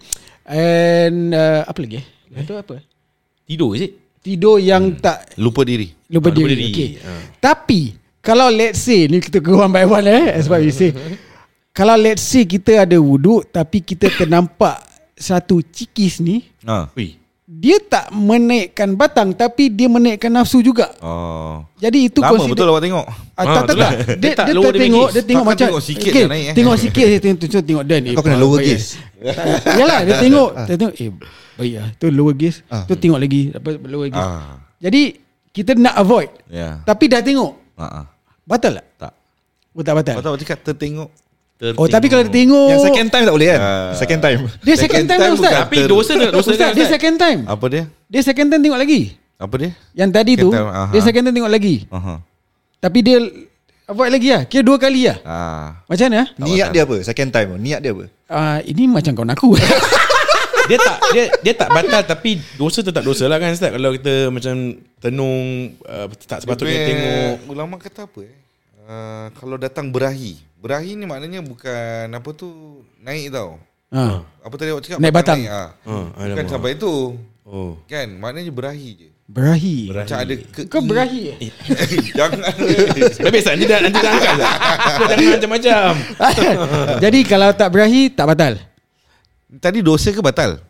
S2: and uh, apa lagi? eh? Hmm. Itu apa?
S1: Tidur is it?
S2: Tidur yang tak
S5: Lupa diri.
S1: Ah,
S2: Lupa
S1: lupa
S2: diri.
S1: diri.
S2: Okay.
S1: Ha.
S2: Tapi kalau let's say ni kita go one by one eh as what we say. kalau let's say kita ada wuduk tapi kita ternampak satu cikis ni
S5: Ha.
S1: Ui
S2: dia tak menaikkan batang tapi dia menaikkan nafsu juga.
S5: Oh.
S2: Jadi itu
S5: Lama betul awak tengok.
S2: Ah,
S1: Ah,
S2: tak, tak,
S1: betul
S2: tak.
S1: lah.
S2: Dia,
S1: Dia
S2: dia,
S1: tak
S2: dia,
S1: lower
S2: tak
S1: dia punya
S2: tengok,
S1: gaze.
S2: dia tengok
S5: Takkan
S2: macam
S5: tengok sikit
S2: okay,
S5: dah naik, eh.
S2: Tengok sikit dia tengok, tengok, tengok Dan eh,
S3: Kau kena
S2: baik,
S3: lower
S2: baik,
S3: gaze.
S2: eh. Tak, Yalah dia tengok Dia tengok Eh baik lah Tu lower gaze Tu tengok lagi Lepas lower gaze
S5: Ah.
S2: Jadi Kita nak avoid
S5: Ya.
S2: Tapi dah tengok
S5: Ha ah.
S2: Batal tak?
S5: Tak.
S2: Oh tak batal.
S5: Kau tahu awak cakap tertengok.
S2: Oh tapi kalau dia tengok
S3: Yang second time tak boleh kan Second time
S2: Dia second,
S5: Second
S2: time,
S5: time
S2: time Ustaz.
S5: bukan
S1: Tapi dosa dia Dosa
S2: Ustaz,
S1: dia
S2: dia second time.
S5: Apa dia?
S2: Dia second time tengok lagi.
S5: Apa dia?
S2: Yang tadi
S5: Second
S2: tu,
S5: time, aha.
S2: dia second time tengok lagi.
S5: Aha.
S2: Tapi dia avoid lagi lah. Kira dua kali lah.
S5: Ah.
S2: Macam mana? ah?
S3: Niat dia apa Second time Niat dia apa
S2: Ah, ini macam kawan aku.
S1: Dia tak dia, dia tak batal Tapi dosa tetap dosa lah kan Ustaz Kalau kita macam Tenung uh, Tak sepatutnya
S5: Dia punya-
S1: tengok
S5: Ulama kata apa eh? Uh, kalau datang berahi. Berahi ni maknanya bukan apa tu naik tau.
S2: ha.
S5: Apa tadi awak cakap?
S2: Naik batang.
S5: Naik, ah.
S1: Ah,
S5: bukan
S1: alamak.
S5: sampai itu.
S1: Oh
S5: Kan maknanya berahi je.
S2: Berahi.
S5: Macam ada ke
S2: Kau berahi eh?
S5: Jangan.
S1: Bebek Ustaz Nanti dah, nanti dah angkat Ustaz Kau jangan macam-macam
S2: Jadi kalau tak berahi, tak batal.
S5: Tadi dosa ke batal?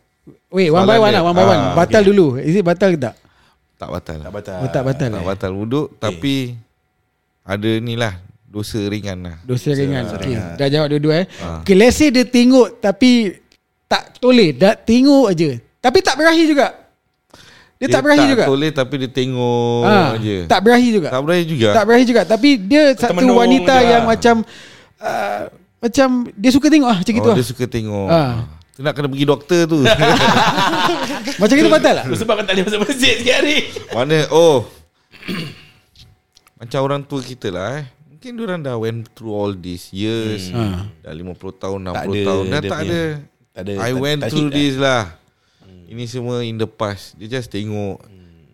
S2: Wait, one by
S5: Soalan
S2: one
S5: dia.
S2: lah. One by one.
S5: Ah,
S2: Batal dulu. Is it batal ke tak?
S5: Tak batal.
S1: Tak batal
S2: Oh, tak batal.
S5: Tak
S2: eh?
S5: batal wuduk tapi ada ni lah dosa ringan Ah. lah.
S2: Dosa ringan. Okey, dah jawab dua-dua eh. Okey, let's say dia tengok tapi tak toleh, dah tengok aje. Tapi tak berahi juga. Dia, tak berahi
S5: tak
S2: juga.
S5: Toleh tapi dia tengok
S2: Ah,
S5: ha, je.
S2: Tak berahi juga.
S5: tak berahi juga.
S2: Tak berahi juga. Tapi dia satu
S1: menung
S2: wanita
S1: je lah.
S2: yang macam uh, macam dia suka tengok ah macam gitu
S5: oh,
S2: lah.
S5: dia suka tengok.
S2: Ha.
S5: Ha. Tu nak kena pergi doktor tu.
S2: Macam gitu batal lah.
S1: Tu Sebab kau tak boleh masuk masjid sikit hari
S5: Mana oh. Macam orang tua kita lah eh. Mungkin diorang dah went through all these years. Hmm. Dah 50 tahun,
S1: Ha. Tak
S5: 60
S1: ada
S5: tahun. Dah
S1: dia
S5: tak
S1: punya-
S5: ada.
S1: tak ada-
S5: I
S1: tak-
S5: went
S1: tak Hmm.
S5: through
S1: hit lah.
S5: this lah. Ini
S1: Hmm.
S5: semua in the past. Dia just tengok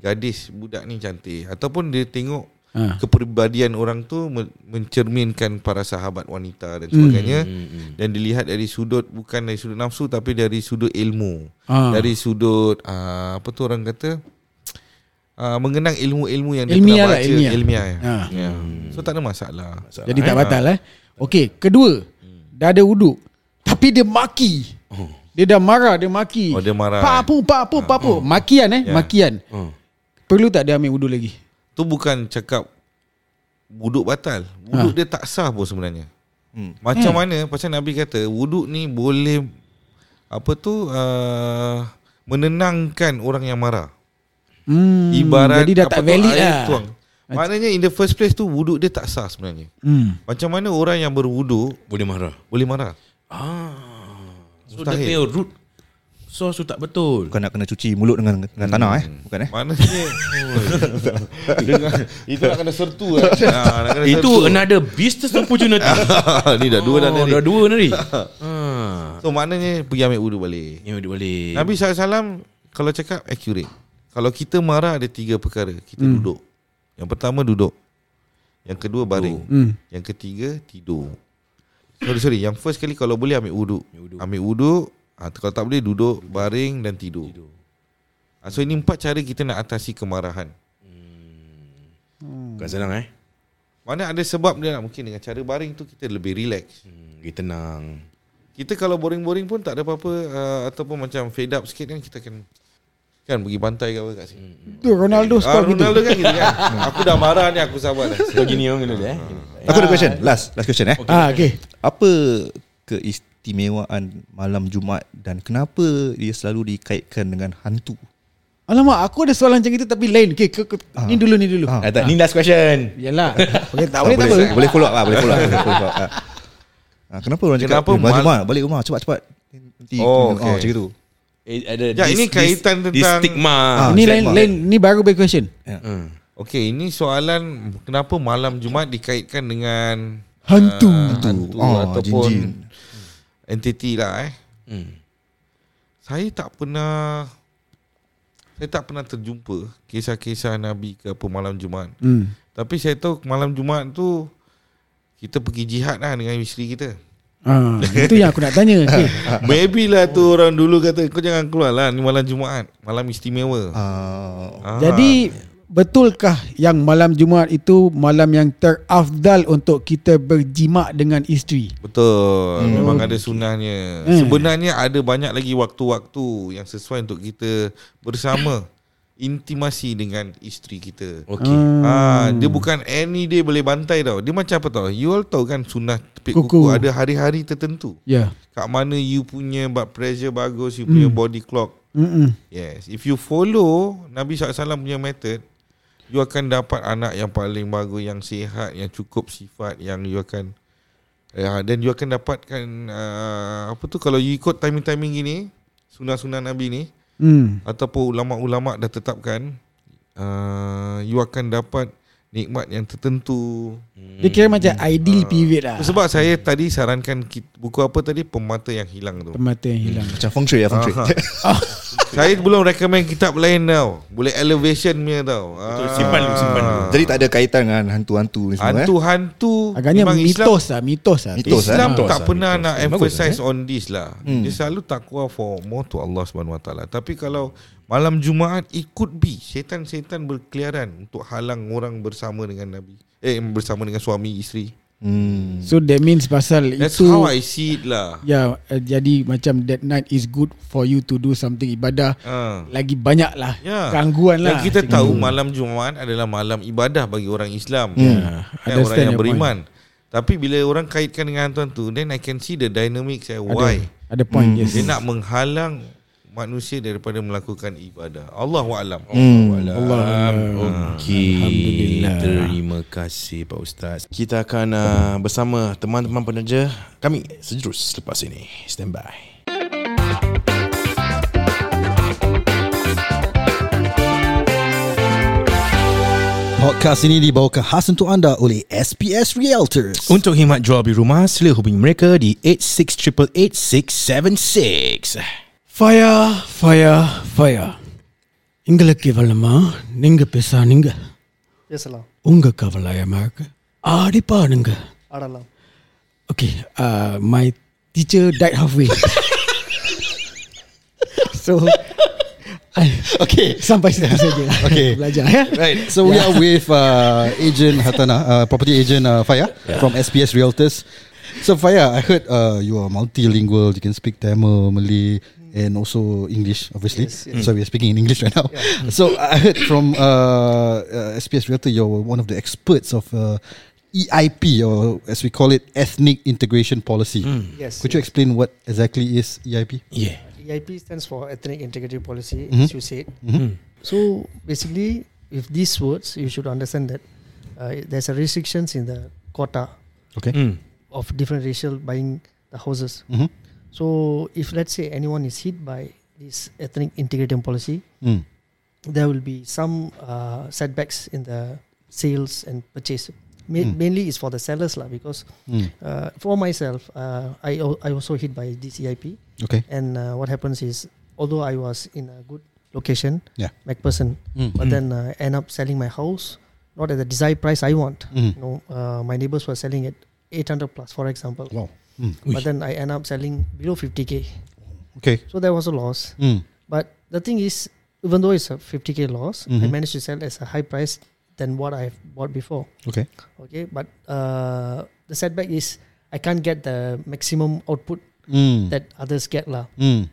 S5: gadis budak ni cantik ataupun dia tengok Ha. Kepribadian orang tu men- mencerminkan para sahabat wanita dan sebagainya hmm. dan dilihat dari sudut bukan dari sudut nafsu tapi dari sudut ilmu.
S2: Ah.
S5: Ha. Dari sudut uh, apa tu orang kata uh, mengenang ilmu-ilmu
S2: Ilmiah
S5: yang dia
S2: lah,
S5: pernah baca
S2: ilmiah.
S5: ilmiah. ya.
S2: Ha.
S5: Ya. So tak ada masalah.
S2: Jadi
S5: Ah.
S2: tak batal eh. Okey, kedua. Dah ada wuduk. Tapi dia maki. Dia dah marah, dia maki.
S5: Oh, dia marah, eh. Ya.
S2: Papu, papu, papu. Makian eh, makian.
S1: Oh,
S2: Perlu tak dia ambil wuduk lagi?
S5: Tu bukan cakap wuduk batal.
S2: Ah.
S5: Wuduk ha. dia tak sah pun sebenarnya. Hmm. Macam hmm. mana pasal Nabi kata wuduk ni boleh apa tu uh, menenangkan orang yang marah.
S2: Hmm,
S5: Ibarat
S2: jadi dah tak
S5: apa tu,
S2: valid
S5: air
S2: lah.
S5: tuang. Maknanya in the first place tu wuduk dia tak sah sebenarnya.
S2: Hmm.
S5: Macam mana orang yang berwuduk
S1: Boleh marah
S5: boleh marah?
S1: So dia punya root Source tu tak betul
S3: Bukan nak kena cuci mulut dengan, dengan tanah eh Bukan eh
S5: Maknanya dengan, Itu nak kena sertu lah. ha, nak kena
S1: Itu
S5: sertu. Ah,
S1: another business opportunity
S5: Ni dah dua dah
S1: Oh,
S5: ni
S1: Dah dua dah ni ha.
S5: So maknanya pergi ambil wuduk balik
S1: Ya dia boleh
S5: Nabi SAW kalau cakap accurate. Kalau kita marah ada tiga perkara. Kita hmm. duduk. Yang pertama duduk. Yang kedua baring. Hmm. Yang ketiga tidur. Sorry sorry. Yang first kali kalau boleh ambil wuduk. Ambil wuduk. Ha, kalau tak boleh duduk, baring dan tidur. Ha, so ini empat cara kita nak atasi kemarahan.
S1: Bukan senang eh
S5: Mana ada sebab dia nak mungkin dengan cara baring tu kita lebih relax.
S1: Hmm, Dia tenang
S5: Kita kalau boring-boring pun tak ada apa-apa uh, ataupun macam fade up sikit kan kita kan kan pergi pantai ke apa kat sini.
S2: Tu
S3: Oh,
S2: Ronaldo
S5: Ah,
S2: skor gitu.
S5: Ronaldo kan gitu kan. aku dah marah ni aku sabar dah.
S1: So gini orang kena dia eh
S3: Aku ada question Last last question eh
S2: Ah, okey.
S3: Apa keistimewaan malam Jumaat Dan kenapa dia selalu dikaitkan dengan hantu
S2: Alamak, aku ada soalan macam itu tapi lain. Okey, ke- ke- ni dulu ni dulu.
S1: Ah, tak, Ni last question
S2: Yalah. Okey, tak
S3: Ah,
S2: boleh tak
S3: boleh,
S2: apa.
S3: boleh follow up lah Boleh follow up, boleh follow up. Ah. Ah, Kenapa orang
S5: Kenapa
S3: cakap eh, Balik
S5: mal-
S3: rumah Balik rumah cepat-cepat Nanti
S5: Oh,
S3: oh,
S5: okay.
S3: Macam tu
S1: Eh, ada
S5: Ya, ini kaitan
S1: this
S5: tentang-
S1: stigma
S3: Ah,
S2: Ni
S3: Zaid
S2: lain
S3: Mak.
S2: lain ni baru big question.
S1: Hmm.
S5: Okey, ini soalan kenapa malam Jumaat dikaitkan dengan
S2: Hantu.
S5: hantu
S3: Ah,
S5: ataupun
S3: jin-jin.
S5: entiti lah eh.
S1: Hmm.
S5: Saya tak pernah saya tak pernah terjumpa kisah-kisah Nabi ke apa malam Jumaat.
S2: Hmm.
S5: Tapi saya tahu malam Jumaat tu kita pergi jihad lah dengan isteri kita.
S2: Ah, itu yang aku nak tanya. Okey.
S5: Maybe lah tu orang dulu kata kau jangan keluar lah ni malam Jumaat, malam istimewa.
S3: Ah,
S5: Ah.
S2: Jadi betulkah yang malam Jumaat itu malam yang terafdal untuk kita berjima dengan isteri?
S5: Betul. Hmm. Memang ada sunahnya. Hmm. Sebenarnya ada banyak lagi waktu-waktu yang sesuai untuk kita bersama intimasi dengan isteri kita.
S1: Okay
S5: Ha,
S2: Hmm.
S5: dia bukan any day boleh bantai tau. Dia macam apa tau? You all tahu kan sunnah tepik kuku,
S2: Kuku.
S5: kuku. ada hari-hari tertentu.
S2: Ya.
S5: Kat mana you punya blood pressure bagus, you punya body clock.
S2: Mm-mm.
S5: Yes, if you follow Nabi SAW punya method, you akan dapat anak yang paling bagus, yang sihat, yang cukup sifat, yang you akan ya, dan you akan dapatkan uh, apa tu kalau you ikut timing-timing gini, sunnah-sunnah Nabi ni
S2: Hmm.
S5: ataupun ulama-ulama dah tetapkan, uh, you akan dapat nikmat yang tertentu.
S2: Dia kira macam ideal period lah.
S5: Hmm. Ah. Sebab saya tadi sarankan ki- buku apa tadi Pemata yang hilang tu.
S2: Mata yang hilang.
S3: Macam feng shui lah feng shui
S5: Saya belum recommend kitab lain tau. Boleh elevation punya tau. Betul,
S1: simpan dulu, simpan dulu.
S3: Jadi tak ada kaitan dengan hantu-hantu ni semua eh
S5: Hantu-hantu
S2: Agaknya
S5: memang Islam, eh?
S2: mitos lah, mitos lah.
S3: Mitos. lah.
S5: Islam
S1: Mitos
S5: tak
S1: lah,
S5: pernah
S1: mitos.
S5: nak
S1: Bagus lah,
S5: emphasize on this lah Dia selalu takwa for more to Allah SWT Tapi kalau malam Jumaat It could be Setan-setan berkeliaran Untuk halang orang bersama dengan Nabi Eh bersama dengan suami isteri
S3: hmm.
S2: So that means pasal
S5: That's
S2: itu
S5: how I see it lah
S2: Ya, eh, jadi macam that night is good for you to do something ibadah.
S5: Ha.
S2: Lagi banyak lah
S5: Ya.
S2: gangguan lah.
S5: Dan kita tahu malam Jumaat adalah malam ibadah bagi orang Islam. Yeah. Kan
S2: Understand
S5: orang yang
S2: Hmm. your
S5: beriman. Tapi bila orang kaitkan dengan hantu-hantu, then I can see the dynamics and why.
S2: Ada point, yes.
S5: Dia nak menghalang manusia daripada melakukan ibadah. Allahu alam.
S2: Hmm.
S1: Alam. Okey. Terima kasih Pak Ustaz. Kita akan uh, bersama teman-teman penerja kami sejurus selepas ini. Stand by.
S6: Podcast ini dibawakan khas untuk anda oleh SPS Realtors.
S1: Untuk khidmat jual beli rumah, sila hubungi mereka di 86888676.
S2: Fire, fire, fire. எங்களுக்கு வல்லமா நீங்க பேசா நீங்க
S7: பேசலாம்
S2: உங்க கவலையமாக ஆடி பாடுங்க
S7: ஆடலாம்
S2: okay uh, my teacher died halfway so I,
S6: Okay.
S2: sampai situ saja
S6: Okay.
S2: belajar ya
S6: Right. So we are with uh, agent Hatana, uh, property agent uh, Faya from SPS Realtors. So Faya, I heard uh, you are multilingual. You can speak Tamil, Malay, and also English, obviously.
S7: Yes, yes. Mm-hmm.
S6: So we are speaking in English right now. So I heard from uh, uh, SPS Realtor, you're one of the experts of uh, EIP, or as we call it, ethnic integration policy.
S7: Yes.
S6: Could you explain what exactly is E EIP?
S1: Yeah.
S7: EIP stands for Ethnic Integrity Policy,
S6: Mm-hmm.
S7: as you said. So basically, with these words, you should understand that uh, there's a restrictions in the quota
S6: Okay.
S1: Mm.
S7: of different racial buying the houses.
S6: Mhm.
S7: So if let's say anyone is hit by this ethnic integration policy,
S6: Mm.
S7: there will be some uh, setbacks in the sales and purchase. Ma- Mainly is for the sellers lah because
S6: Mm.
S7: uh, for myself, uh, I al- I also hit by this EIP.
S6: Okay.
S7: And uh, what happens is, although I was in a good location,
S6: Yeah.
S7: MacPherson,
S6: Mm.
S7: but then uh, end up selling my house not at the desired price I want.
S6: Mm.
S7: You know, uh, my neighbors were selling at 800 plus, for example.
S6: Wow. Mm.
S7: But then I end up selling below 50k,
S6: Okay.
S7: so there was a loss.
S6: Mm.
S7: But the thing is, even though it's a 50k loss,
S6: Mhm.
S7: I managed to sell at a high price than what I've bought before.
S6: Okay.
S7: Okay, but uh, the setback is I can't get the maximum output
S6: Mm.
S7: that others get lah.
S6: Mm.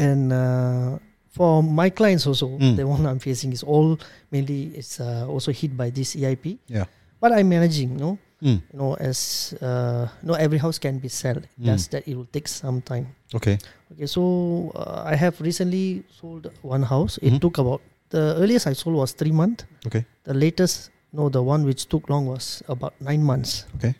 S7: and uh, for my clients also
S6: Mm.
S7: the one i'm facing is all mainly it's uh, also hit by this eip
S6: Yeah.
S7: but i'm managing no
S6: Mm.
S7: you know as uh, no every house can be sold
S6: Mm.
S7: just that it will take some time
S6: Okay.
S7: okay so uh, i have recently sold one house it
S6: Mhm.
S7: took about the earliest i sold was three months
S6: Okay.
S7: the latest no the one which took long was about nine months okay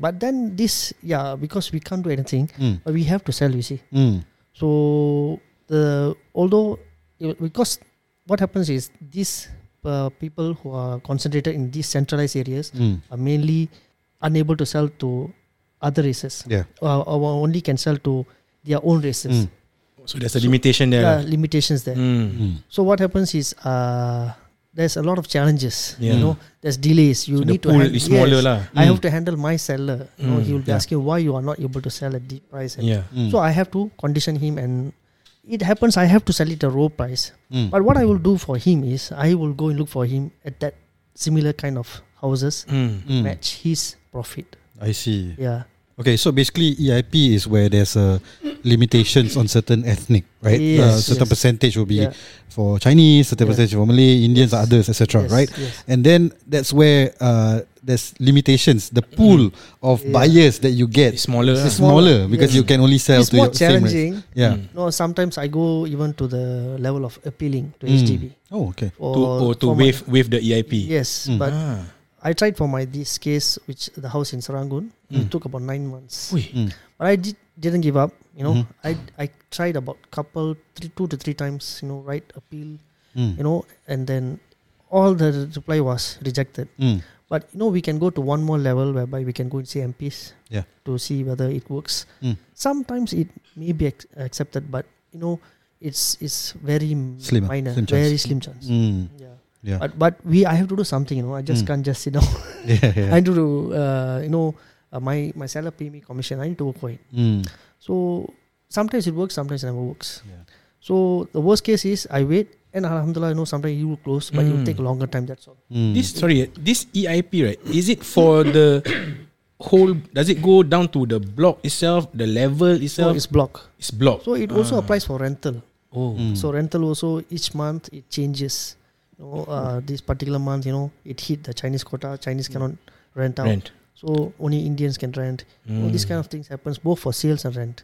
S7: but then this yeah because we can't do anything
S6: Mm.
S7: but we have to sell you see
S6: Mm.
S7: So the although it- because what happens is these uh, people who are concentrated in these centralized areas
S6: Mm.
S7: are mainly unable to sell to other races.
S6: Yeah.
S7: Uh, or only can sell to their own
S6: Mm.
S7: races.
S1: So there's a limitation there.
S7: There are
S1: lah.
S7: limitations there.
S1: Mm.
S6: Mm.
S7: So what happens is uh, there's a lot of challenges.
S1: Yeah.
S7: You know, there's delays.
S1: So
S7: You
S1: the
S7: need to
S1: pool
S7: hand-
S1: is smaller
S7: Yes.
S1: lah.
S7: I have to handle my seller. You know,
S1: Mm.
S7: he will be
S6: Yeah.
S7: asking why you are not able to sell at the price. and
S1: Yeah.
S6: Mm.
S7: So I have to condition him and it happens I have to sell it a low price.
S6: Mm.
S7: But what I will do for him is I will go and look for him at that similar kind of houses
S1: Mm.
S6: Mm.
S7: match his profit.
S6: I see.
S7: Yeah.
S6: Okay, so basically EIP is where there's a limitations on certain ethnic, right?
S7: Yes,
S6: uh, certain
S7: yes.
S6: percentage will be
S7: Yeah.
S6: for Chinese, certain
S7: Yeah.
S6: percentage for Malay, Indians,
S7: Yes.
S6: others, etc.
S7: Yes,
S6: Right?
S7: yes.
S6: And then that's where uh, there's limitations. The pool of
S7: Mm-hmm. Yeah.
S6: buyers that you get
S1: It's smaller
S6: is
S1: lah.
S6: smaller because
S7: Yes.
S6: you can only sell
S7: It's
S6: to
S7: more
S6: your same race.
S7: challenging.
S6: Yeah.
S1: Mm.
S7: No, sometimes I go even to the level of appealing to
S6: Mm.
S7: HDB.
S6: Oh, okay.
S7: For,
S1: to or to
S7: for my-
S1: waive waive the EIP.
S7: Yes,
S6: Mm.
S7: but
S1: Ah.
S7: I tried for my this case, which the house in Serangoon. It took about nine months.
S1: Hmm. Ui. Hmm.
S6: Mm.
S7: But I did, didn't give up. You know, I I tried about couple three, two to three times. You know, right appeal.
S6: Mm.
S7: You know, and then all the reply was rejected.
S6: Mm.
S7: But you know, we can go to one more level whereby we can go and see MPs
S6: Yeah.
S7: to see whether it works.
S6: Mm.
S7: Sometimes it may be ac- accepted, but you know, it's it's very
S6: Slim, ah,
S7: minor,
S6: slim chance.
S7: very slim chance.
S6: Mm.
S7: Yeah.
S6: Yeah.
S7: But but we I have to do something. You know, I just
S6: Mm.
S7: can't just sit down.
S6: yeah. Yeah.
S7: I need to uh, you know uh, my my seller pay me commission. I need to work for it.
S6: Mm.
S7: So sometimes it works, sometimes it never works.
S6: Yeah.
S7: So the worst case is I wait and Alhamdulillah, you know, sometimes you will close, but it
S6: Hmm.
S7: will
S1: Mm.
S7: take longer time. That's all.
S6: Mm.
S1: This
S7: Hmm.
S1: sorry, eh, this EIP right? Is it for the whole? Does it go down to the block itself, the level
S7: So
S1: itself?
S7: it's block.
S1: it's block.
S7: So it also applies for rental.
S1: Ah. oh,
S6: Mm.
S7: So rental also each month it changes. You know, uh, this particular month, you know, it hit the Chinese quota. Chinese cannot rent out.
S1: Hmm. rent.
S7: So only Indians can rent. You know, this kind of things happens both for sales and rent.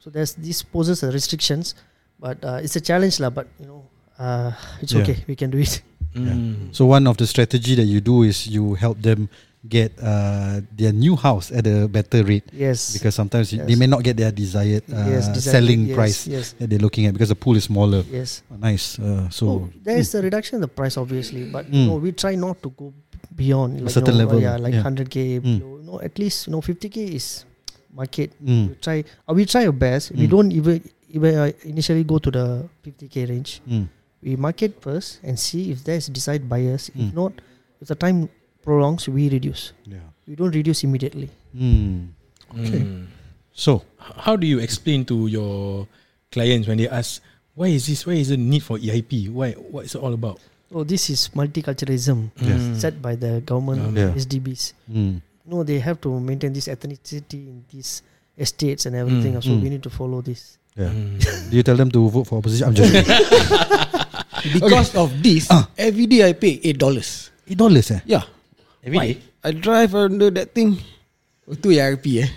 S7: So there's this poses a restrictions, but uh, it's a challenge lah. But you know, uh, it's
S6: Yeah.
S7: okay. We can do it.
S1: Mm.
S6: So one of the strategy that you do is you help them get uh, their new house at a better rate
S7: Yes.
S6: because sometimes you-
S7: Yes.
S6: they may not get their desired uh,
S7: Yes, desired,
S6: selling
S7: yes,
S6: price
S7: yes.
S6: that they're looking at because the pool is smaller.
S7: yes.
S6: Nice. Uh, so
S7: So there is a reduction in the price, obviously, but
S6: Mm.
S7: you know, we try not to go beyond like,
S6: certain
S7: you know,
S6: level,
S7: Yeah, like
S6: yeah.
S7: 100k.
S6: Mm.
S7: Below, you know, at least you know 50k is market.
S6: Mm.
S7: We try. Uh, we try our best. We
S6: Mm.
S7: don't even even uh, initially go to the 50k range.
S6: Mm.
S7: We market first and see if there's desired buyers.
S6: Mm.
S7: If not, If the time prolongs, we reduce.
S6: Yeah.
S7: We don't reduce immediately.
S6: Hmm.
S1: Okay.
S6: So,
S1: How do you explain to your clients when they ask, why is this? Why is the need for EIP? Why? What is it all about?
S7: Oh, this is multiculturalism
S1: Yes.
S7: set by the government
S6: Yeah.
S7: SDBs.
S6: hmm.
S7: No, they have to maintain this ethnicity in these estates and everything. so
S6: mm.
S7: we need to follow this.
S6: yeah.
S7: Hmm.
S6: Do you tell them to vote for opposition? I'm just kidding.
S2: Because of this,
S6: Ah.
S2: every day I pay eight dollars.
S6: Eight dollars eh?
S2: Yeah.
S1: Every
S2: Why? I drive under that thing. Itu ERP eh.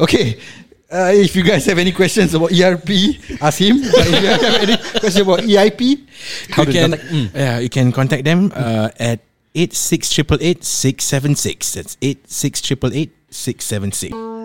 S6: Okay. Uh, if you guys have any questions about ERP, ask him. But if you have any questions about EIP, how
S1: you
S6: to
S1: can,
S6: contact- Mm.
S1: yeah, you can contact them uh, at eight six triple eight six seven six. That's eight six triple eight six seven six.